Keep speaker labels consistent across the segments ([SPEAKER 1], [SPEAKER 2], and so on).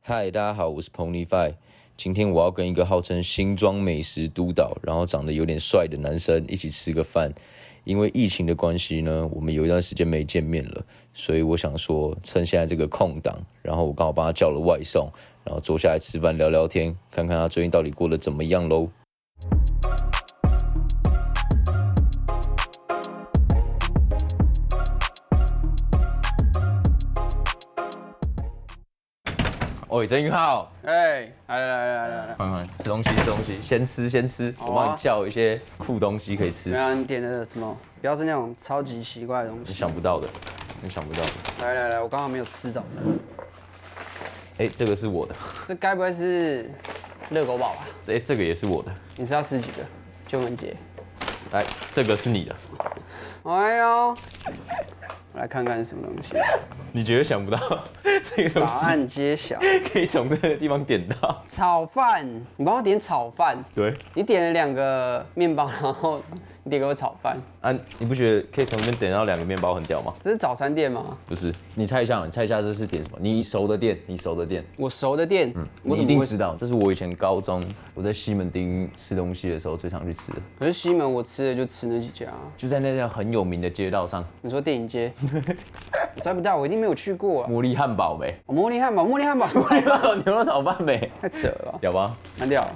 [SPEAKER 1] 嗨，大家好，我是 Ponyfi。今天我要跟一个号称新庄美食督导，然后长得有点帅的男生一起吃个饭。因为疫情的关系呢，我们有一段时间没见面了，所以我想说，趁现在这个空档，然后我刚好帮他叫了外送，然后坐下来吃饭聊聊天，看看他最近到底过得怎么样喽。
[SPEAKER 2] 哦
[SPEAKER 3] 喂，曾宇浩，
[SPEAKER 2] 哎，来来来来来，
[SPEAKER 3] 嗯，吃东西吃东西，先吃先吃，
[SPEAKER 2] 好啊
[SPEAKER 3] 我帮你叫一些酷东西可以
[SPEAKER 2] 怎么
[SPEAKER 3] 吃，
[SPEAKER 2] 样？你点的什么？不要是那种超级奇怪的东
[SPEAKER 3] 你
[SPEAKER 2] 西。
[SPEAKER 3] 想不到的，你想不到的。
[SPEAKER 2] 来来来，我刚好没有吃早餐，
[SPEAKER 3] 哎、这个是我的，
[SPEAKER 2] 这该不会是热狗堡吧？
[SPEAKER 3] 哎、这个也是我的，
[SPEAKER 2] 你是要吃几个？就文杰。
[SPEAKER 3] 来，这个是你的，
[SPEAKER 2] 哎呦，我来看看是什么 东西。
[SPEAKER 3] 你绝对想 不到这个
[SPEAKER 2] 答
[SPEAKER 3] 东西
[SPEAKER 2] 案揭晓，
[SPEAKER 3] 可以从这个地方点到。
[SPEAKER 2] 炒饭。你帮我点炒饭。
[SPEAKER 3] 对，
[SPEAKER 2] 你点了两个面包，然后你点给我炒饭。
[SPEAKER 3] 啊，你不觉得可以从这边点到两个面包很屌吗？
[SPEAKER 2] 这是早餐店吗？
[SPEAKER 3] 不是，你猜一下嘛，你猜一下这是点什么？你熟的店，你熟的店，
[SPEAKER 2] 我熟的店，
[SPEAKER 3] 你
[SPEAKER 2] 我怎
[SPEAKER 3] 一
[SPEAKER 2] 么
[SPEAKER 3] 定
[SPEAKER 2] 会
[SPEAKER 3] 知？道。这是我以前高中我在西门町吃东西的时候最常去吃的，
[SPEAKER 2] 可是西门我吃的就吃那几家啊。
[SPEAKER 3] 就在那条很有名的街道上，
[SPEAKER 2] 你说电影 街，我猜不到，我一定没有去过啊。
[SPEAKER 3] 茉莉汉堡 呗。
[SPEAKER 2] 哦茉莉汉堡，茉莉汉堡
[SPEAKER 3] 牛肉炒饭没？
[SPEAKER 2] 太 扯了吧，
[SPEAKER 3] 屌吧？
[SPEAKER 2] 删掉了。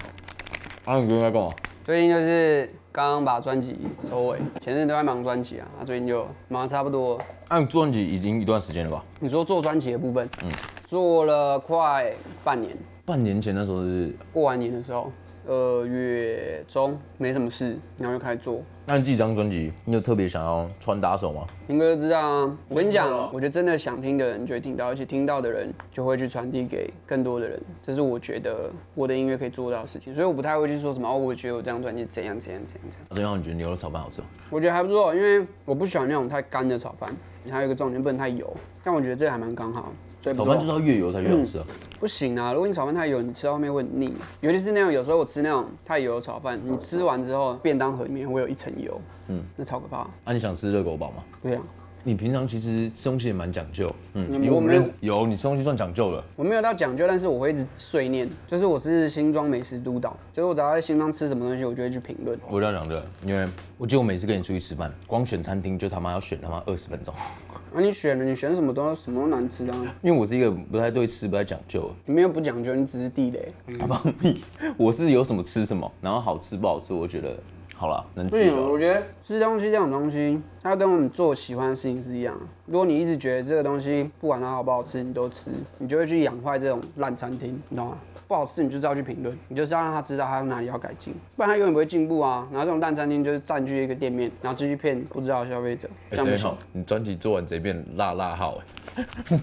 [SPEAKER 3] 啊，你刚刚干嘛？
[SPEAKER 2] 最近就是刚刚把专辑收尾，前阵都在忙专辑啊，啊最近就忙得差不多了。
[SPEAKER 3] 啊，你专辑已经一段时间了吧？
[SPEAKER 2] 你说做专辑的部分，嗯，做了快半年，
[SPEAKER 3] 半年前那时候是，
[SPEAKER 2] 过完年的时候，二月中没什么事，然后就开始做。
[SPEAKER 3] 那你这张专辑，你有特别想要穿搭手吗？
[SPEAKER 2] 林哥就知道啊，我跟你讲，我觉得真的想听的人就会听到，而且听到的人就会去传递给更多的人，这是我觉得我的音乐可以做到的事情，所以我不太会去说什么哦，我觉得我这张专辑怎样怎样怎样怎样，
[SPEAKER 3] 最后你觉得牛肉炒饭好吃吗？
[SPEAKER 2] 我觉得还不错，因为我不喜欢那种太干的炒饭，还有一个重点不能太油，但我觉得这还蛮刚好，所以不
[SPEAKER 3] 炒
[SPEAKER 2] 错
[SPEAKER 3] 饭就是要越油才越好吃啊！
[SPEAKER 2] 不行啊，如果你炒饭太油，你吃到后面会很腻，尤其是那种有时候我吃那种太油的炒饭，你吃完之后便当盒里面会有一层油，嗯，那超可怕，
[SPEAKER 3] 啊，你想吃热狗堡吗？
[SPEAKER 2] 对啊。
[SPEAKER 3] 你平常其实吃东西也蛮讲究，嗯，
[SPEAKER 2] 嗯
[SPEAKER 3] 因为我
[SPEAKER 2] 我
[SPEAKER 3] 们
[SPEAKER 2] 没有
[SPEAKER 3] 认识有你吃东西算讲究了，
[SPEAKER 2] 我没有到讲究，但是我会一直碎念，就是我是新庄美食督导，就是我只要在新庄吃什么东西，我就会去评论。
[SPEAKER 3] 我一定要讲这个，因为我记得我每次跟你出去吃饭，光选餐厅就他妈要选他妈二十分钟，
[SPEAKER 2] 啊，你选了，你选什么都什么都难吃啊，
[SPEAKER 3] 因为我是一个不太对吃不太讲究的，
[SPEAKER 2] 你没有不讲究，你只是地雷。
[SPEAKER 3] 啊放屁！ 我是有什么吃什么，然后好吃不好吃，我觉得好啦，能
[SPEAKER 2] 不
[SPEAKER 3] 吃
[SPEAKER 2] 行，
[SPEAKER 3] 就好。
[SPEAKER 2] 我觉得吃东西这种东西，它跟我们做喜欢的事情是一样的。如果你一直觉得这个东西不管它好不好吃，你都吃，你就会去养坏这种烂餐厅，你懂吗？不好吃，你就知道去评论，你就是要让他知道他哪里要改进，不然他永远不会进步啊。然后这种烂餐厅就是占据一个店面，然后继续骗不知道的消费者，这样不嗯
[SPEAKER 3] 贼
[SPEAKER 2] 行。
[SPEAKER 3] 哎好，你专辑做完直接变辣辣号，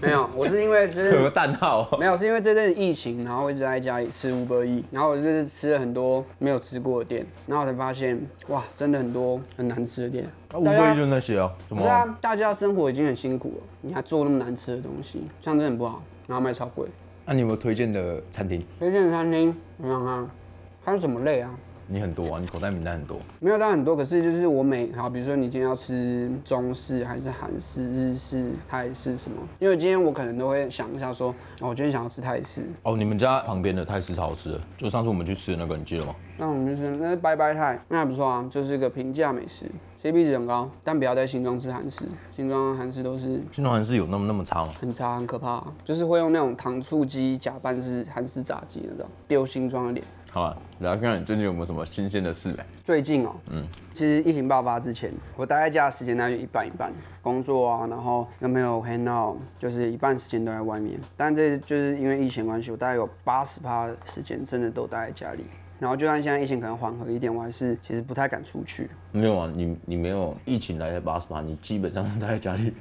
[SPEAKER 2] 没有，我是因为就
[SPEAKER 3] 哎，
[SPEAKER 2] 是
[SPEAKER 3] 核弹号。
[SPEAKER 2] 没有，是因为这阵疫情，然后我一直在家里吃五百亿，然后我就是吃了很多没有吃过的店，然后我才发现，哇，真的很多很难吃的店。
[SPEAKER 3] 乌
[SPEAKER 2] 大家
[SPEAKER 3] 龟就那些啊，什
[SPEAKER 2] 不是啊，大家生活已经很辛苦了，你还做那么难吃的东西，这样真的很不好，然后卖超贵。
[SPEAKER 3] 那啊你有没有推荐的餐厅？
[SPEAKER 2] 推荐的餐厅，你想看，它是什么类啊？
[SPEAKER 3] 你很多啊，你口袋名单很多。
[SPEAKER 2] 没有到很多，可是就是我每好，比如说你今天要吃中式还是韩式、日式、泰式什么？因为今天我可能都会想一下说，哦，我今天想要吃泰式，
[SPEAKER 3] 哦，你们家旁边的泰式超好吃的，就上次我们去吃的那个，你记得吗？
[SPEAKER 2] 那我们就是那是拜拜菜，那还不错啊，就是一个平价美食，CP 值很高，但不要在新庄吃韩式，新庄韩式都是
[SPEAKER 3] 新东韩式有那么那么差吗？
[SPEAKER 2] 很差很可怕、啊，就是会用那种糖醋鸡假扮是韩式炸鸡那种，丢新庄的脸。
[SPEAKER 3] 好了，来看看你最近有没有什么新鲜的 事呗。
[SPEAKER 2] 最近哦，嗯，其实疫情爆发之前，我待在家的时间大概就一半一半，工作啊，然后跟朋友 hang out，就是一半时间都在外面。但这就是因为疫情关系，我大概有八十趴时间真的都待在家里。然后就算现在疫情可能缓和一点，我还是其实不太敢出去。
[SPEAKER 3] 没有啊，你你没有疫情来才八十八，你基本上待在家里。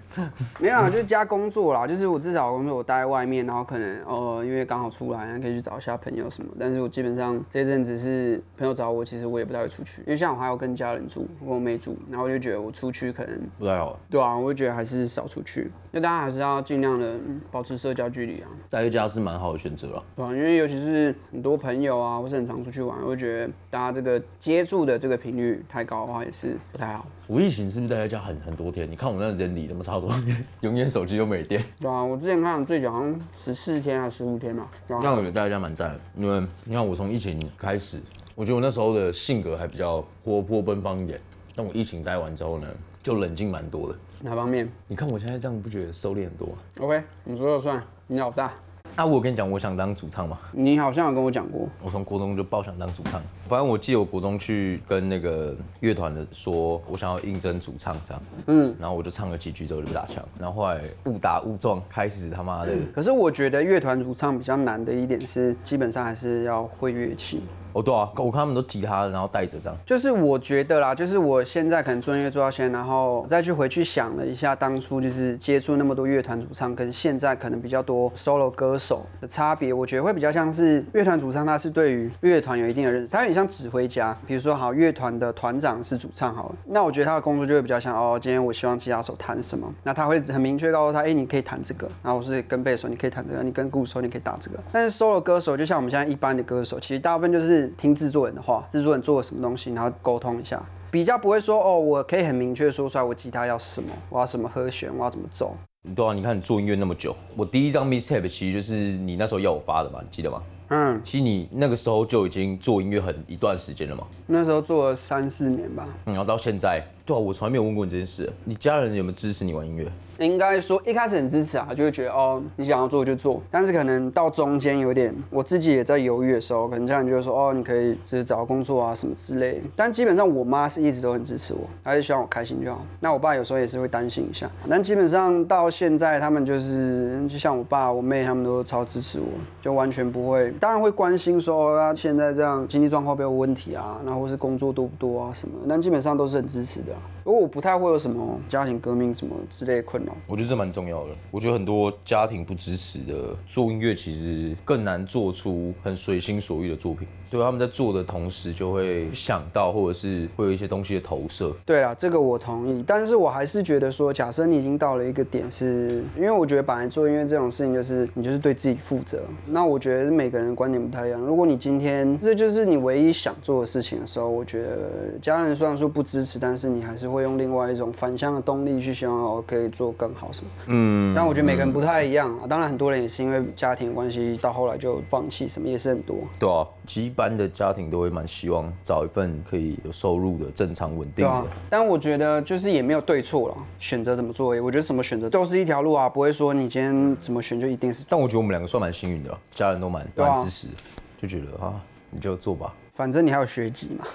[SPEAKER 2] 没有啊，就是加工作啦，就是我至少工作我待在外面，然后可能呃，因为刚好出来，可以去找一下朋友什么。但是我基本上这阵子是朋友找我，其实我也不太会出去，因为像我还要跟家人住，我跟我妹住，然后我就觉得我出去可能，
[SPEAKER 3] 不太好，
[SPEAKER 2] 对啊，我就觉得还是少出去。那大家还是要尽量的保持社交距离啊，
[SPEAKER 3] 待在家是蛮好的选择了。
[SPEAKER 2] 对啊，因为尤其是很多朋友啊，或是很常出去玩，我就觉得大家这个接触的这个频率太高的话也是不太好。
[SPEAKER 4] 我疫情是不是待在家很很多天？你看我那人里他妈超多天， 永远手机都没电。
[SPEAKER 2] 对啊，我之前看最久好像十四天还是十五天嘛，然
[SPEAKER 4] 那
[SPEAKER 2] 后
[SPEAKER 4] 我觉得大家蛮赞的，因为你看我从疫情开始，我觉得我那时候的性格还比较活泼奔放一点，但我疫情待完之后呢，就冷静蛮多的。
[SPEAKER 2] 哪方面
[SPEAKER 4] 你看我现在这样，不觉得收敛很多吗？
[SPEAKER 2] ？OK，你说了算，你老大。
[SPEAKER 4] 啊，我有跟你讲，我想当主唱嘛，
[SPEAKER 2] 你好像有跟我讲过，
[SPEAKER 4] 我从国中就爆想当主唱。反正我记得我国中去跟那个乐团的说，我想要应征主唱这样，嗯，然后我就唱了几句之后就被打枪，然后后来误打误撞开始他妈的，
[SPEAKER 2] 可是我觉得乐团主唱比较难的一点是，基本上还是要会乐器。
[SPEAKER 4] 哦对啊，我看他们都吉他，然后带着这样，
[SPEAKER 2] 就是我觉得啦，就是我现在可能做音乐做到现在，然后再去回去想了一下，当初就是接触那么多乐团主唱，跟现在可能比较多 solo 歌手的差别，我觉得会比较像是乐团主唱，他是对于乐团有一定的认识，他有点像指挥家。比如说，好，乐团的团长是主唱好了，那我觉得他的工作就会比较像哦，今天我希望吉他手弹什么，那他会很明确告诉他，哎、你可以弹这个，然后我是跟贝斯手你可以弹这个，你跟鼓手你可以打这个。但是 solo 歌手就像我们现在一般的歌手，其实大部分就是听制作人的话，制作人做了什么东西，然后沟通一下。比较不会说哦，我可以很明确地说出来我吉他要什么，我要什么和弦，我要怎么走。
[SPEAKER 4] 对啊，你看你做音乐那么久，我第一张 mixtape 其实就是你那时候要我发的嘛，你记得吗？
[SPEAKER 2] 嗯，
[SPEAKER 4] 其实你那个时候就已经做音乐很一段时间了嘛，
[SPEAKER 2] 那时候做了三四年吧，
[SPEAKER 4] 嗯然后到现在，对啊，我从来没有问过你这件事，你家人有没有支持你玩音乐？
[SPEAKER 2] 应该说一开始很支持啊，就会觉得哦，你想要做就做，但是可能到中间有点，我自己也在犹豫的时候，可能家人就会说哦，你可以就是找工作啊什么之类的。但基本上我妈是一直都很支持我，她就希望我开心就好。那我爸有时候也是会担心一下，但基本上到现在他们就是就像我爸、我妹他们都超支持我，就完全不会，当然会关心说哦他现在这样经济状况有没有问题啊，然后或是工作多不多啊什么的，但基本上都是很支持的啊、如果我不太会有什么家庭革命什么之类的困扰。
[SPEAKER 4] 我觉得这蛮重要的。我觉得很多家庭不支持的做音乐，其实更难做出很随心所欲的作品。对，他们在做的同时就会想到，或者是会有一些东西的投射。
[SPEAKER 2] 对啦，这个我同意，但是我还是觉得说，假设你已经到了一个点是，因为我觉得本来做音乐这种事情就是你就是对自己负责。那我觉得每个人的观点不太一样。如果你今天这就是你唯一想做的事情的时候，我觉得家人虽然说不支持，但是你还是会用另外一种反向的动力去希望哦可以做更好什么。嗯，但我觉得每个人不太一样啊。当然，很多人也是因为家庭关系到后来就放弃什么，也是很多。
[SPEAKER 4] 对啊，其实一般的家庭都会蛮希望找一份可以有收入的、正常稳定
[SPEAKER 2] 对啊
[SPEAKER 4] 的。，
[SPEAKER 2] 但我觉得就是也没有对错了，选择怎么做而已，我觉得什么选择都是一条路啊，不会说你今天怎么选就一定是。
[SPEAKER 4] 但我觉得我们两个算蛮幸运的，家人都蛮
[SPEAKER 2] 对啊
[SPEAKER 4] 蛮支持的，就觉得啊，你就做吧。
[SPEAKER 2] 反正你还有学籍 嘛，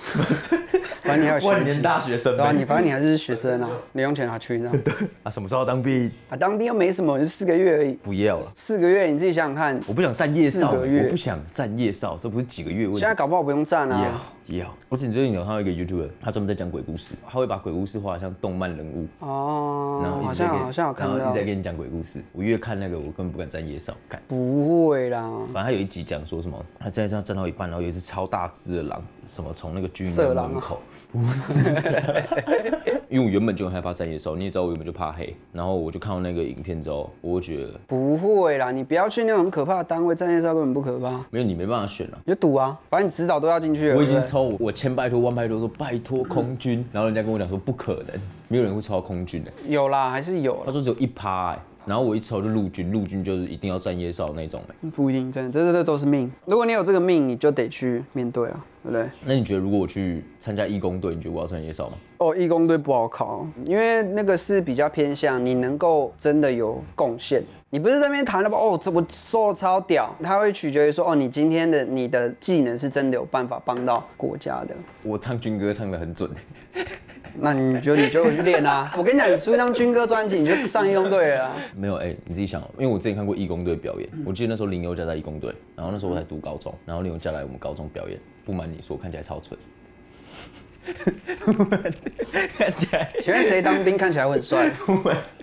[SPEAKER 2] 反正你还有学籍，
[SPEAKER 4] 大学生
[SPEAKER 2] 对啊，你反正你还是学生啊，零用钱拿去这样。
[SPEAKER 4] 啊，什么时候要当兵？
[SPEAKER 2] 啊，当兵又没什么，就四个月而已，
[SPEAKER 4] 不要了，
[SPEAKER 2] 四个月你自己想想看，
[SPEAKER 4] 我不想站夜少，
[SPEAKER 2] 四个月
[SPEAKER 4] 我不想站夜少，这不是几个月问题
[SPEAKER 2] 现在。搞不好不用站
[SPEAKER 4] 也
[SPEAKER 2] 啊。
[SPEAKER 4] 好也好，而且你最近有看到一个 YouTuber，他
[SPEAKER 2] 嗯
[SPEAKER 4] 专门在讲鬼故事，他会把鬼故事画得像动漫人物，然
[SPEAKER 2] 哦
[SPEAKER 4] 后，一
[SPEAKER 2] 好
[SPEAKER 4] 直在
[SPEAKER 2] 像
[SPEAKER 4] 给你
[SPEAKER 2] 好像有看
[SPEAKER 4] 然后一
[SPEAKER 2] 到
[SPEAKER 4] 直，在跟你讲鬼故事。我越看那个，我根本不敢站夜少看。
[SPEAKER 2] 不会啦，
[SPEAKER 4] 反正他有一集讲说什么，他在上站到一半，然后有一只超大只的狼，什么从那个军营
[SPEAKER 2] 色
[SPEAKER 4] 的
[SPEAKER 2] 狼啊
[SPEAKER 4] 门口，不是， 因为我原本就很害怕站夜少，你也知道我原本就怕黑，然后我就看到那个影片之后，我就觉得
[SPEAKER 2] 不会啦，你不要去那种很可怕的单位，站夜校根本不可怕，
[SPEAKER 4] 没有你没办法选了、
[SPEAKER 2] 你就赌啊，反正你迟早都要进去了。
[SPEAKER 4] 我已
[SPEAKER 2] 对
[SPEAKER 4] 经
[SPEAKER 2] 不对
[SPEAKER 4] 抽，我千拜托万拜托说拜托空军，然后人家跟我讲说不可能，没有人会抽到空军的、
[SPEAKER 2] 有啦，还是有啦
[SPEAKER 4] 他说只有一趴、欸，然后我一抽就陆军，陆军就是一定要站夜哨那种、欸、
[SPEAKER 2] 不一定，真的，这这这都是命。如果你有这个命，你就得去面对啊，对不对？
[SPEAKER 4] 那你觉得如果我去参加义工队，你觉得我要站夜哨吗？
[SPEAKER 2] 哦，义工队不好考，因为那个是比较偏向你能够真的有贡献。你不是在那边谈了吧？哦，这我瘦超屌，它会取决于说，哦，你今天的你的技能是真的有办法帮到国家的，
[SPEAKER 4] 我唱军歌唱的很准、
[SPEAKER 2] 那你就你就去练啊。 我跟你讲，你出一张军歌专辑，你就上义工队了啊、
[SPEAKER 4] 没有哎、欸你自己想哦，因为我之前看过义工队表演，我记得那时候林宥嘉在义工队，然后那时候我才读高中，然后林宥嘉来我们高中表演，不瞒你说，看起来超蠢，看起来
[SPEAKER 2] 请问谁当兵看起来会很帅？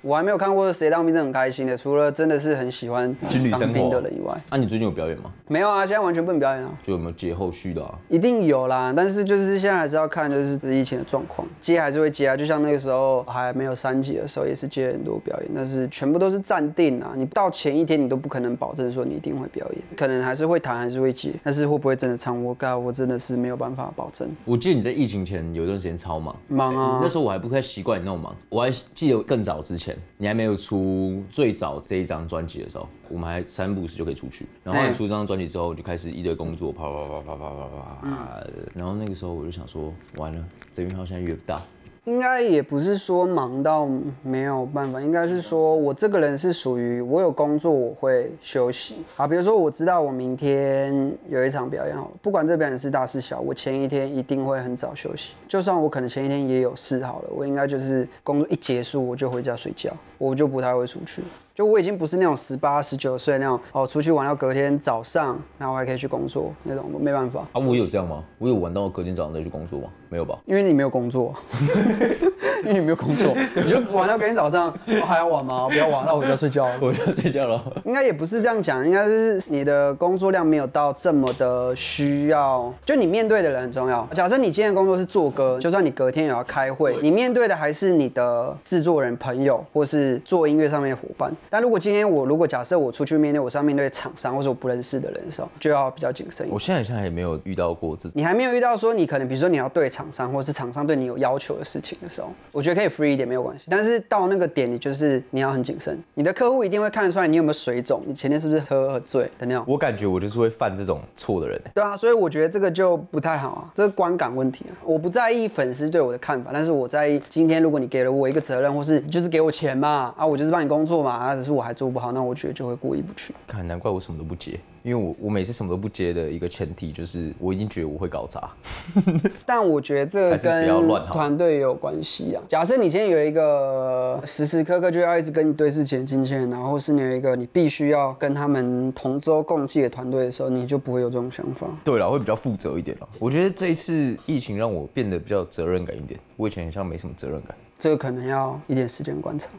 [SPEAKER 2] 我还没有看过谁当兵是很开心的，除了真的是很喜欢
[SPEAKER 4] 军旅
[SPEAKER 2] 当
[SPEAKER 4] 生
[SPEAKER 2] 兵
[SPEAKER 4] 活
[SPEAKER 2] 的人以外，
[SPEAKER 4] 那、啊你最近有表演吗？
[SPEAKER 2] 没有啊，现在完全不能表演啊。
[SPEAKER 4] 就有没有接后续的啊？
[SPEAKER 2] 一定有啦，但是就是现在还是要看就是疫情的状况，接还是会接啊，就像那个时候还没有三级的时候，也是接很多表演，但是全部都是暂定啊，你到前一天你都不可能保证说你一定会表演，可能还是会弹，还是会接，但是会不会真的唱，我靠，我真的是没有办法保证。
[SPEAKER 4] 我记得你在疫情前有一段时间超忙，
[SPEAKER 2] 忙啊
[SPEAKER 4] 那时候我还不太习惯你那么忙，我还记得更早之前，你还没有出最早这一张专辑的时候，我们还三不五时就可以出去。然后
[SPEAKER 2] 哎
[SPEAKER 4] 你出这张专辑之后，就开始一堆工作，啪啪啪啪啪啪啪
[SPEAKER 2] 嗯
[SPEAKER 4] 啪。然后那个时候我就想说，完了，这边号现在越大，
[SPEAKER 2] 应该也不是说忙到没有办法，应该是说我这个人是属于我有工作我会休息啊。比如说我知道我明天有一场表演好了，不管这表演是大是小，我前一天一定会很早休息。就算我可能前一天也有事好了，我应该就是工作一结束我就回家睡觉，我就不太会出去。就我已经不是那种十八、十九岁那种哦，出去玩到隔天早上，然后还可以去工作那种，我没办法。
[SPEAKER 4] 啊，我有这样吗？我有玩到隔天早上再去工作吗？没有吧？
[SPEAKER 2] 因为你没有工作，因为你没有工作，你就玩到隔天早上、哦还要玩吗？不要玩，那我就睡觉了。
[SPEAKER 4] 我要睡觉了。
[SPEAKER 2] 应该也不是这样讲，应该是你的工作量没有到这么的需要，就你面对的人很重要。假设你今天的工作是做歌，就算你隔天也要开会，你面对的还是你的制作人朋友或是做音乐上面的伙伴。但如果今天我如果假设我出去面对，我是要面对厂商或者我不认识的人的时候，就要比较谨慎一点
[SPEAKER 4] 我。现在现在也没有遇到过这种。
[SPEAKER 2] 你还没有遇到说你可能比如说你要对厂商，或是厂商对你有要求的事情的时候，我觉得可以 free 一点没有关系。但是到那个点，你就是你要很谨慎，你的客户一定会看得出来你有没有水肿，你前天是不是喝喝醉的那种。
[SPEAKER 4] 我感觉我就是会犯这种错的人、
[SPEAKER 2] 对啊，所以我觉得这个就不太好啊，这个观感问题啊。我不在意粉丝对我的看法，但是我在意今天如果你给了我一个责任，或是你就是给我钱嘛，啊，我就是帮你工作嘛，啊，只是我还做不好，那我觉得就会过意不去。
[SPEAKER 4] 看，难怪我什么都不接，因为我我每次什么都不接的一个前提就是我已经觉得我会搞砸。
[SPEAKER 2] 但我觉得这
[SPEAKER 4] 还是不要
[SPEAKER 2] 跟
[SPEAKER 4] 乱好
[SPEAKER 2] 团队也有关系啊。假设你今天有一个时时刻刻就要一直跟你对视前进线，然后是你有一个你必须要跟他们同舟共济的团队的时候，你就不会有这种想法。
[SPEAKER 4] 对了，会比较负责一点了。我觉得这一次疫情让我变得比较有责任感一点，我以前好像没什么责任感，
[SPEAKER 2] 这个可能要一点时间观 察，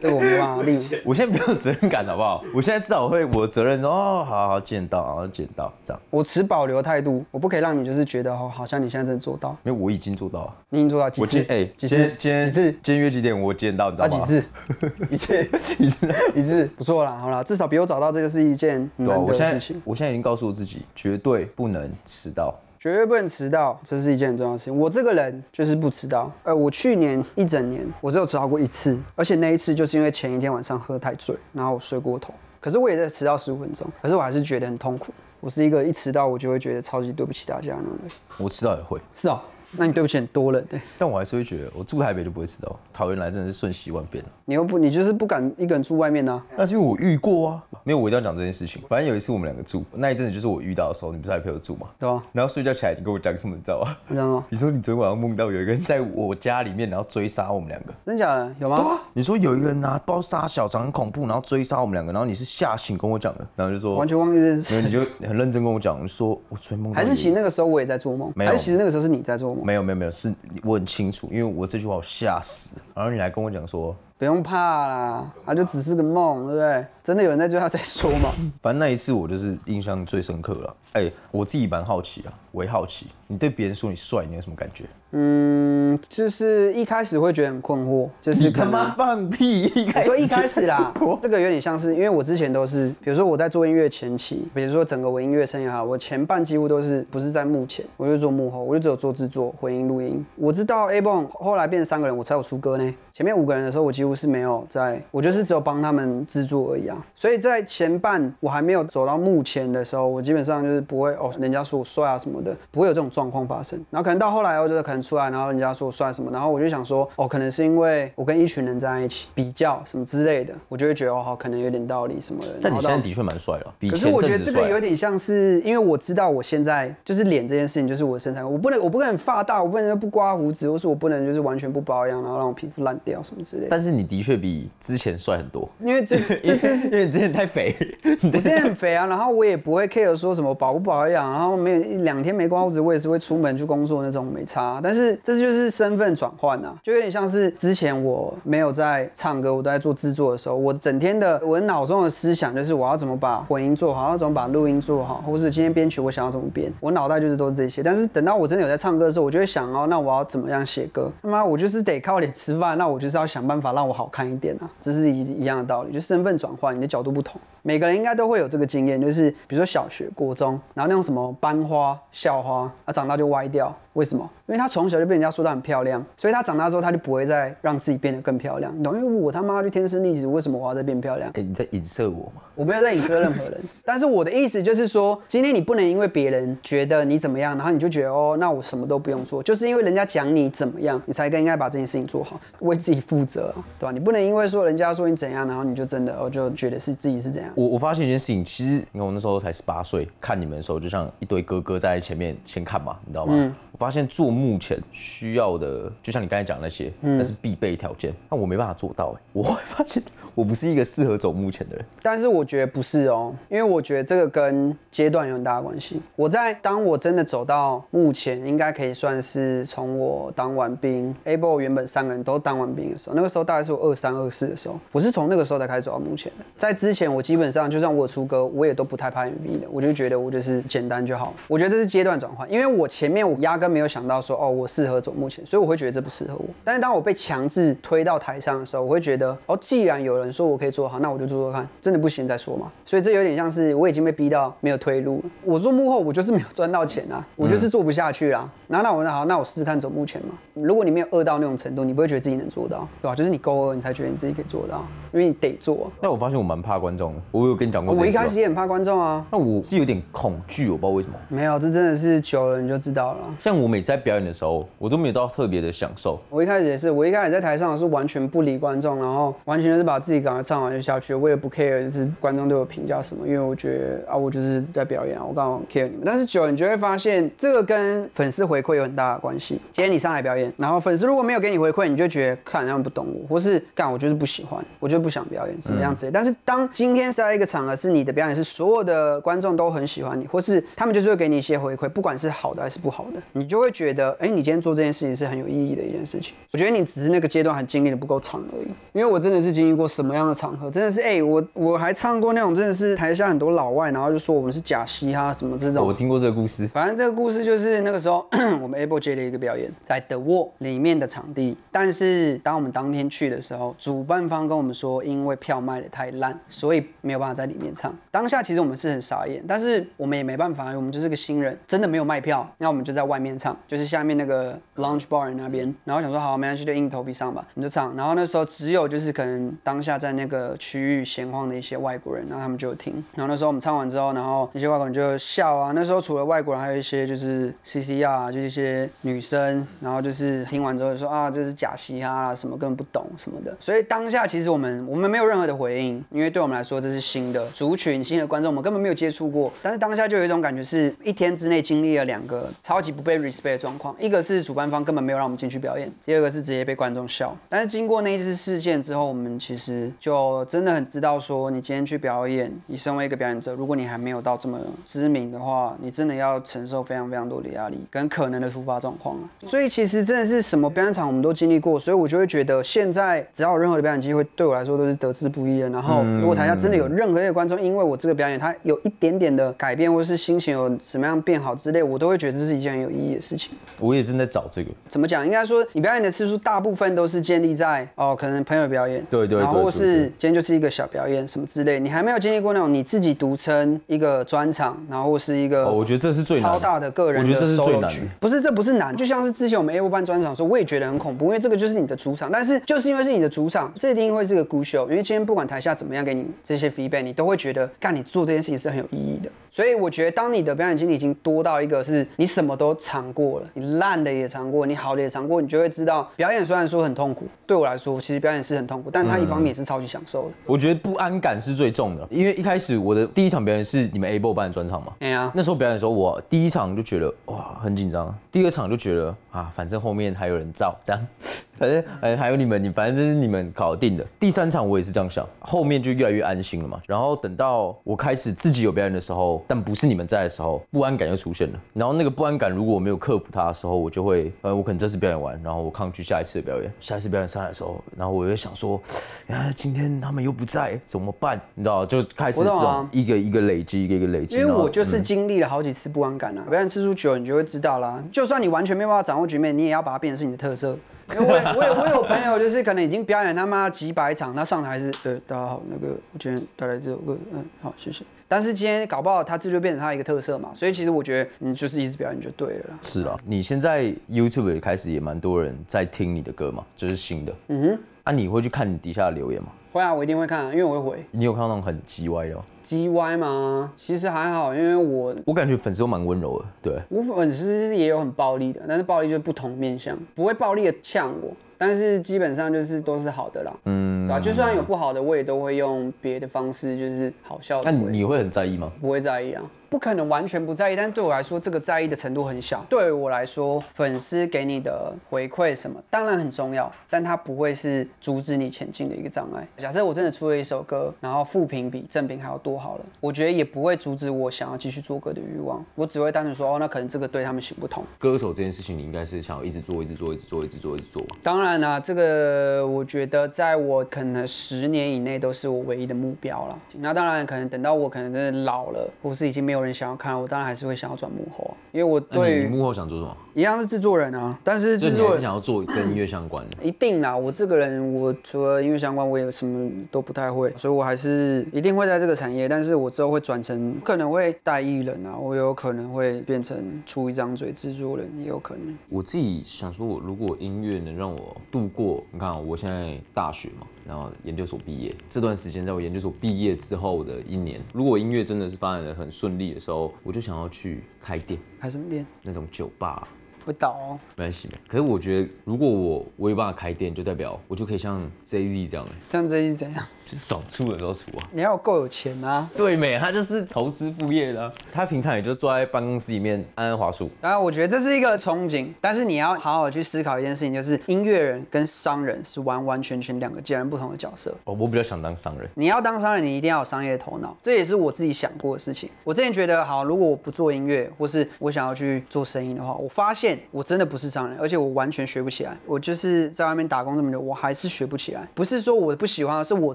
[SPEAKER 2] 这个我没办法立。
[SPEAKER 4] 我现在比较有责任感，好不好？我现在至少会我的责任说哦，好好见到，好见到这样，
[SPEAKER 2] 我持保留态度，我不可以让你就是觉得哦，好像你现在真的做到，
[SPEAKER 4] 因为我已经做到了。
[SPEAKER 2] 你已经做到几
[SPEAKER 4] 我
[SPEAKER 2] 次
[SPEAKER 4] 今？哎，
[SPEAKER 2] 几
[SPEAKER 4] 今
[SPEAKER 2] 次？
[SPEAKER 4] 天今天
[SPEAKER 2] 几次？
[SPEAKER 4] 今天约几点？我见到你知
[SPEAKER 2] 啊，
[SPEAKER 4] 道吗？
[SPEAKER 2] 几次？
[SPEAKER 4] 一次一次。
[SPEAKER 2] 一次，不错啦，好啦，至少比我找到这个是一件很
[SPEAKER 4] 对啊，
[SPEAKER 2] 难
[SPEAKER 4] 我
[SPEAKER 2] 得
[SPEAKER 4] 现
[SPEAKER 2] 的事
[SPEAKER 4] 在
[SPEAKER 2] 情。
[SPEAKER 4] 我现在已经告诉我自己，绝对不能迟到。
[SPEAKER 2] 绝对不能迟到，这是一件很重要的事情。我这个人就是不迟到。呃，我去年一整年，我只有迟到过一次，而且那一次就是因为前一天晚上喝太醉，然后我睡过头。可是我也在迟到十五分钟，可是我还是觉得很痛苦。我是一个一迟到我就会觉得超级对不起大家那种人。
[SPEAKER 4] 我迟到也会，
[SPEAKER 2] 是哦，那你对不起很多人、欸。
[SPEAKER 4] 但我还是会觉得，我住台北就不会迟到。桃园来真的是瞬息万变了。
[SPEAKER 2] 你又不，你就是不敢一个人住外面呢、啊
[SPEAKER 4] 那是因为我遇过啊，没有，我一定要讲这件事情。反正有一次我们两个住，那一阵子就是我遇到的时候，你不是还陪我住吗？
[SPEAKER 2] 对吧、哦
[SPEAKER 4] 然后睡觉起来，你跟我讲什么，你知道吗？
[SPEAKER 2] 我想说，
[SPEAKER 4] 你说你昨天晚上梦到有一个人在我家里面，然后追杀我们两个。
[SPEAKER 2] 真假的有吗？
[SPEAKER 4] 你说有一个人拿包杀小肠很恐怖，然后追杀我们两个，然后你是吓醒跟我讲的，然后就说
[SPEAKER 2] 完全忘记这件
[SPEAKER 4] 没有，
[SPEAKER 2] 事。
[SPEAKER 4] 你就很认真跟我讲，你说我昨天梦到
[SPEAKER 2] 还
[SPEAKER 4] 有
[SPEAKER 2] 是其实那个时候我也在做梦，
[SPEAKER 4] 没有
[SPEAKER 2] 还是其实那个时候是你在做梦。
[SPEAKER 4] 没有没有没有，是我很清楚，因为我这句话我吓死了，然后你来跟我讲说，
[SPEAKER 2] 不用怕啦，啊，就只是个梦，对不对？真的有人在追他在说吗？
[SPEAKER 4] 反正那一次我就是印象最深刻了。哎、我自己蛮好奇啊，我也好奇，你对别人说你帅，你有什么感觉？
[SPEAKER 2] 嗯，就是一开始会觉得很困惑，就是可能
[SPEAKER 4] 放屁！一
[SPEAKER 2] 我
[SPEAKER 4] 开
[SPEAKER 2] 说
[SPEAKER 4] 始
[SPEAKER 2] 一开始 啦，这个有点像是，因为我之前都是，比如说我在做音乐前期，比如说整个我音乐生涯，我前半几乎都是不是在幕前，我就做幕后，我就只有做制作、混音、录音。我知道 A b o n 后来变三个人，我才有出歌呢。前面五个人的时候，我几乎是没有在，我就是只有帮他们制作而已啊。所以在前半我还没有走到幕前的时候，我基本上就是不会哦，人家说我帅啊什么的，不会有这种状况发生。然后可能到后来，我就是可能出来，然后人家说我帅什么，然后我就想说，哦，可能是因为我跟一群人在一起比较什么之类的，我就会觉得哦，好，可能有点道理什么的。
[SPEAKER 4] 但
[SPEAKER 2] 然
[SPEAKER 4] 你
[SPEAKER 2] 后
[SPEAKER 4] 现
[SPEAKER 2] 到
[SPEAKER 4] 在的确蛮帅了，比
[SPEAKER 2] 可
[SPEAKER 4] 前
[SPEAKER 2] 是我觉得
[SPEAKER 4] 阵
[SPEAKER 2] 这
[SPEAKER 4] 子
[SPEAKER 2] 个有
[SPEAKER 4] 帅。啊
[SPEAKER 2] 点像是，因为我知道我现在就是脸这件事情，就是我的身材，我不能我不能发大，我不能不刮胡子，或是我不能就是完全不保养，然后让我皮肤烂掉什么之类的。
[SPEAKER 4] 但是你的确比之前帅很多，
[SPEAKER 2] 因为 这这这
[SPEAKER 4] 是因为你之前太肥，
[SPEAKER 2] 我之前很肥啊，然后我也啊不会 care 说什么保不保养，然后没有一两天没刮胡子，我也是会出门去工作那种没差。但是这就是身份转换啊，就有点像是之前我没有在唱歌，我都在做制作的时候，我整天的我脑中的思想就是我要怎么把混音做好，要怎么把录音做好，或是今天编曲我想要怎么编，我脑袋就是都是这些。但是等到我真的有在唱歌的时候，我就会想哦，那我要怎么样写歌？他妈我就是得靠脸吃饭，那我就是要想办法让我好看一点啊，这是一一样的道理，就身份转换，你的角度不同，每个人应该都会有这个经验，就是比如说小学、国中，然后那种什么班花、校花，啊长大就歪掉，为什么？因为她从小就被人家说她很漂亮，所以她长大之后她就不会再让自己变得更漂亮，你懂？因为我他妈就天生丽质，为什么我要再变漂亮？
[SPEAKER 4] 哎、你在影射我吗？
[SPEAKER 2] 我没有在影射任何人，但是我的意思就是说，今天你不能因为别人觉得你怎么样，然后你就觉得哦，那我什么都不用做，就是因为人家讲你怎么样，你才更应该把这件事情做好，为自己负责，啊对吧、你不能因为说人家说你怎样，然后你就真的哦就觉得是自己是怎样。
[SPEAKER 4] 我我发现一件事情，其实你看我那时候才十八岁，看你们的时候就像一堆哥哥在前面先看嘛，你知道吗？
[SPEAKER 2] 嗯
[SPEAKER 4] 我发现做幕前需要的，就像你刚才讲的那些，
[SPEAKER 2] 嗯
[SPEAKER 4] 那是必备条件，那我没办法做到、哎，我会发现我不是一个适合走幕前的人。
[SPEAKER 2] 但是我觉得不是哦，因为我觉得这个跟阶段有很大的关系。我在当我真的走到目前，应该可以算是从我当完兵，able 原本三个人都当完兵的时候，那个时候大概是我二三二四的时候，我是从那个时候才开始走到目前的。在之前，我基本上就算我有出歌，我也都不太拍 MV 的，我就觉得我就是简单就好。我觉得这是阶段转换，因为我前面我压根没有想到说哦，我适合走目前，所以我会觉得这不适合我。但是当我被强制推到台上的时候，我会觉得哦，既然有人说我可以做好，那我就做做看，真的不行再说嘛。所以这有点像是我已经被逼到没有退路了。我做幕后，我就是没有赚到钱啊，我就是做不下去啊。然后那我那好，那我试试看走幕前嘛。如果你没有饿到那种程度，你不会觉得自己能做到，对吧？就是你够饿，你才觉得你自己可以做到，因为你得做啊。
[SPEAKER 4] 但我发现我蛮怕观众的，我有跟你讲过这
[SPEAKER 2] 哦我
[SPEAKER 4] 件
[SPEAKER 2] 一
[SPEAKER 4] 事吧。
[SPEAKER 2] 开始也很怕观众啊，
[SPEAKER 4] 那我是有点恐惧，我不知道为什么。
[SPEAKER 2] 没有，这真的是久了你就知道了。啊
[SPEAKER 4] 像我每次在表演的时候，我都没有到特别的享受。
[SPEAKER 2] 我一开始也是，我一开始在台上是完全不理观众，然后完全就是把自己赶快唱完就下去，我也不 care 就是观众对我评价什么，因为我觉得啊，我就是在表演啊，我干嘛 care 你们？但是久了你就会发现，这个跟粉丝回馈有很大的关系。今天你上来表演，然后粉丝如果没有给你回馈，你就觉得看他们不懂我，或是干我就是不喜欢，我就不想表演，怎么样子？类。但是当今天是在一个场合，是你的表演是所有的观众都很喜欢你，或是他们就是会给你一些回馈，不管是好的还是不好的，你就会觉得，哎、你今天做这件事情是很有意义的一件事情。我觉得你只是那个阶段还经历的不够长而已。因为我真的是经历过什么样的场合，真的是，哎、我我还唱过那种真的是台下很多老外，然后就说我们是假嘻哈什么这种
[SPEAKER 4] 我。听过这个故事，
[SPEAKER 2] 反正这个故事就是那个时候 我们 Able 接了一个表演，在 The Wall 里面的场地，但是当我们当天去的时候，主办方跟我们说，因为票卖的太烂，所以没有办法在里面唱。当下其实我们是很傻眼，但是我们也没办法，因为我们就是个新人，真的没有卖票，那我们就在外面唱，就是下面那个 Lounge Bar 那边。然后想说好，没关系，就硬头皮上吧，你就唱。然后那时候只有就是可能当下在那个区域闲晃的一些外国人，然后他们就有听。然后那时候我们唱完之后，然后那些外国人就笑啊。那时候除了外国人，还有一些就是 C C R，就是一啊些女生，然后就是听完之后就说啊，这是假嘻哈啊，什么根本不懂什么的。所以当下其实我们我们没有任何的回应，因为对我们来说这是新的族群、新的观众，我们根本没有接触过。但是当下就有一种感觉是，一天之内经历了两个超级不被 respect 的状况，一个是主办方根本没有让我们进去表演，第二个是直接被观众笑。但是经过那一次事件之后，我们其实就真的很知道说，你今天去表演，你身为一个表演者，如果你还没有到这么知名的话，你真的要承受非常非常多的压力跟可能的突发状况啊。所以其实真的是什么表演场我们都经历过，所以我就会觉得现在只要有任何的表演机会，对我来说都是得之不易的。然后如果台下真的有任何一个观众因为我这个表演他有一点点的改变，或是心情有怎么样变好之类，我都会觉得这是一件很有意义的事情。
[SPEAKER 4] 我也正在找这个。
[SPEAKER 2] 怎么讲？应该说，你表演的次数大部分都是建立在哦，可能朋友表演，
[SPEAKER 4] 对对对
[SPEAKER 2] 然后或
[SPEAKER 4] 对
[SPEAKER 2] 是今天就是一个小表演什么之类，你还没有经历过那种你自己独撑一个专场，然后或是一个
[SPEAKER 4] 哦，我觉得这是最难的
[SPEAKER 2] 超大的个人
[SPEAKER 4] 我觉
[SPEAKER 2] 的
[SPEAKER 4] 得这是最
[SPEAKER 2] solo
[SPEAKER 4] 难的
[SPEAKER 2] 局，不是这不是难，就像是之前我们 A 五办专场的时候，我也觉得很恐怖，因为这个就是你的主场，但是就是因为是你的主场，这一定会是个孤秀，因为今天不管台下怎么样给你这些 feedback，你都会觉得干你做这件事情是很有意义的。所以我觉得，当你的表演经历已经多到一个是你什么都尝过了，你烂的也尝过，你好的也尝过，你就会知道，表演虽然说很痛苦，对我来说，其实表演是很痛苦，但它一方面也是超级享受的。
[SPEAKER 4] 我觉得不安感是最重的，因为一开始我的第一场表演是你们 Able 办的专场嘛。
[SPEAKER 2] 哎呀，
[SPEAKER 4] 那时候表演的时候，我第一场就觉得哇很紧张，第二场就觉得啊，反正后面还有人照这样，反正呃还有你们，你反正是你们搞定的。第三场我也是这样想，后面就越来越安心了嘛。然后等到我开始自己有表演的时候，但不是你们在的时候，不安感就出现了。然后那个不安感，如果我没有克服它的时候，我就会，呃，我可能这次表演完，然后我抗拒下一次的表演，下一次表演上来的时候，然后我又想说，哎，今天他们又不在，怎么办？你知道，就开始
[SPEAKER 2] 我
[SPEAKER 4] 这
[SPEAKER 2] 懂啊
[SPEAKER 4] 种一个一个累积，一个一个累积。
[SPEAKER 2] 因为
[SPEAKER 4] 然后
[SPEAKER 2] 我就是经历了好几次不安感啊，表演次数久，了，你就会知道啦。就算你完全没有办法掌握局面，你也要把它变成是你的特色。因为我也我也我有朋友，就是可能已经表演他妈几百场，他上台是呃大家好，那个我今天带来这首歌，嗯好谢谢。但是今天搞不好他这就变成他一个特色嘛，所以其实我觉得你就是一直表演就对了啦。
[SPEAKER 4] 是啦，你现在 YouTube 也开始也蛮多人在听你的歌嘛，就是新的。嗯哼，啊，你会去看你底下的留言吗？
[SPEAKER 2] 会啊，我一定会看、啊，因为我会回。
[SPEAKER 4] 你有看到那种很叽歪的吗？
[SPEAKER 2] G Y 嘛，其实还好，因为我
[SPEAKER 4] 我感觉粉丝都蛮温柔的，对。
[SPEAKER 2] 我粉丝也有很暴力的，但是暴力就是不同面向，不会暴力的呛我，但是基本上就是都是好的啦，嗯，对吧、就算有不好的，我也都会用别的方式，就是好笑的
[SPEAKER 4] 那
[SPEAKER 2] 回。
[SPEAKER 4] 你你会很在意吗？
[SPEAKER 2] 不会在意啊，不可能完全不在意，但对我来说，这个在意的程度很小。对我来说，粉丝给你的回馈什么，当然很重要，但它不会是阻止你前进的一个障碍。假设我真的出了一首歌，然后负评比正评还要多好了，我觉得也不会阻止我想要继续做歌的欲望。我只会单纯说，哦，那可能这个对他们行不通。
[SPEAKER 4] 歌手这件事情，你应该是想要一直做，一直做，一直做，一直做，一直做吧。
[SPEAKER 2] 当然啦、这个我觉得在我可能十年以内都是我唯一的目标了。那当然，可能等到我可能真的老了，或是已经没有人想要看，我当然还是会想要转幕后啊，因为我
[SPEAKER 4] 那
[SPEAKER 2] 对
[SPEAKER 4] 嗯你你
[SPEAKER 2] 于
[SPEAKER 4] 幕后想做什么？
[SPEAKER 2] 一样是制作人啊，但是
[SPEAKER 4] 就
[SPEAKER 2] 制
[SPEAKER 4] 是你还
[SPEAKER 2] 作
[SPEAKER 4] 是想要做跟音乐相关的。
[SPEAKER 2] 一定啦，我这个人我除了音乐相关，我也什么都不太会，所以我还是一定会在这个产业，但是我之后会转成可能会带艺人啊，我有可能会变成出一张嘴制作人，也有可能。
[SPEAKER 4] 我自己想说，我如果音乐能让我度过，你看啊我现在大学嘛，然后研究所毕业这段时间，在我研究所毕业之后的一年，如果音乐真的是发展的很顺利的时候，我就想要去开店，
[SPEAKER 2] 还什么店
[SPEAKER 4] 那种酒吧。
[SPEAKER 2] 会倒哦，
[SPEAKER 4] 没关系，可是我觉得，如果我我有办法开店，就代表我就可以像 J Z 这样，欸
[SPEAKER 2] 这样子是怎样？
[SPEAKER 4] 就是爽出的时候出啊。
[SPEAKER 2] 你要有够有钱啊！
[SPEAKER 4] 对美，他就是投资副业的啊、他平常也就坐在办公室里面安安滑鼠。
[SPEAKER 2] 当然，我觉得这是一个憧憬，但是你要好好去思考一件事情，就是音乐人跟商人是完完全全两个截然不同的角色。
[SPEAKER 4] 哦，我比较想当商人。
[SPEAKER 2] 你要当商人，你一定要有商业头脑，这也是我自己想过的事情。我之前觉得，好，如果我不做音乐，或是我想要去做生意的话，我发现我真的不是商人，而且我完全学不起来。我就是在外面打工这么久，我还是学不起来。不是说我不喜欢，是我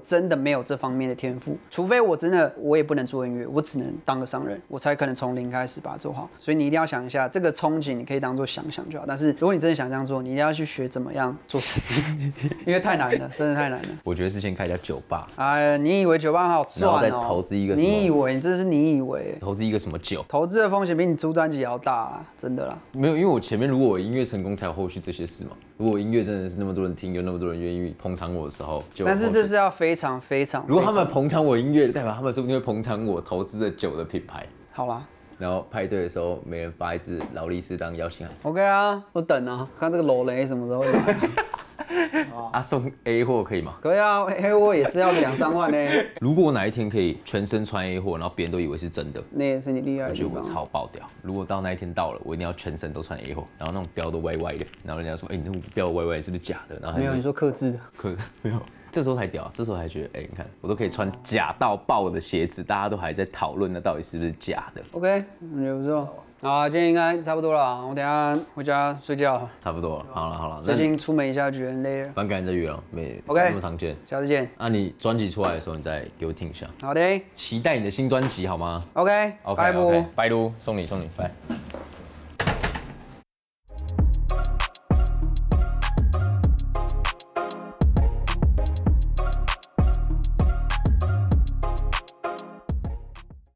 [SPEAKER 2] 真的没有这方面的天赋。除非我真的，我也不能做音乐，我只能当个商人，我才可能从零开始把它做好。所以你一定要想一下，这个憧憬你可以当做想想就好。但是如果你真的想这样做，你一定要去学怎么样做生意， 因为太难了，真的太难了。
[SPEAKER 4] 我觉得是先开一家酒吧，
[SPEAKER 2] 哎，你以为酒吧好赚哦、
[SPEAKER 4] 然后再投资一个什么
[SPEAKER 2] 你以为这是你以为
[SPEAKER 4] 投资一个什么酒？
[SPEAKER 2] 投资的风险比你租专辑还要大啦，真的啦。
[SPEAKER 4] 没有，因为我前面如果我音乐成功，才有后续这些事嘛。如果我音乐真的是那么多人听，有那么多人愿意捧场我的时候，就有
[SPEAKER 2] 但是
[SPEAKER 4] 后
[SPEAKER 2] 这
[SPEAKER 4] 续
[SPEAKER 2] 是要非常非常，
[SPEAKER 4] 如果他们
[SPEAKER 2] 非常
[SPEAKER 4] 捧场我音乐，代表他们说不定会捧场我投资的酒的品牌。
[SPEAKER 2] 好啦
[SPEAKER 4] 然后派对的时候，每人发一支劳力士当邀请函。
[SPEAKER 2] ，OK 啊，我等啊，看这个楼雷什么时候会 来。哦
[SPEAKER 4] 啊，送 A 货可以吗？
[SPEAKER 2] 可以啊，黑我也是要两三万呢、
[SPEAKER 4] 如果我哪一天可以全身穿 A 货，然后别人都以为是真的，
[SPEAKER 2] 那也是你厉害
[SPEAKER 4] 我
[SPEAKER 2] 的
[SPEAKER 4] 觉
[SPEAKER 2] 地
[SPEAKER 4] 得我
[SPEAKER 2] 方。
[SPEAKER 4] 超爆掉。如果到那一天到了，我一定要全身都穿 A 货，然后那种标都歪歪的，然后人家说，哎、你那种标歪歪是不是假的？然后还
[SPEAKER 2] 没有，你说克制的，
[SPEAKER 4] 可没有。这时候才屌，这时候才觉得，哎、你看我都可以穿假到爆的鞋子，大家都还在讨论那到底是不是假的，
[SPEAKER 2] OK，嗯也不错。好啊，今天应该差不多了啊，我等一下回家睡觉了。
[SPEAKER 4] 差不多了。好了好了，那
[SPEAKER 2] 啊最近出门一下，觉得很累了。
[SPEAKER 4] 反感再约了，没
[SPEAKER 2] OK
[SPEAKER 4] 那么常见。
[SPEAKER 2] 下次见，
[SPEAKER 4] 那、你专辑出来的时候，你再给我听一下，
[SPEAKER 2] 好的
[SPEAKER 4] 期待你的新专辑好吗
[SPEAKER 2] ，OK，
[SPEAKER 4] ？OK
[SPEAKER 2] 拜拜
[SPEAKER 4] OK，。拜都送你送你拜。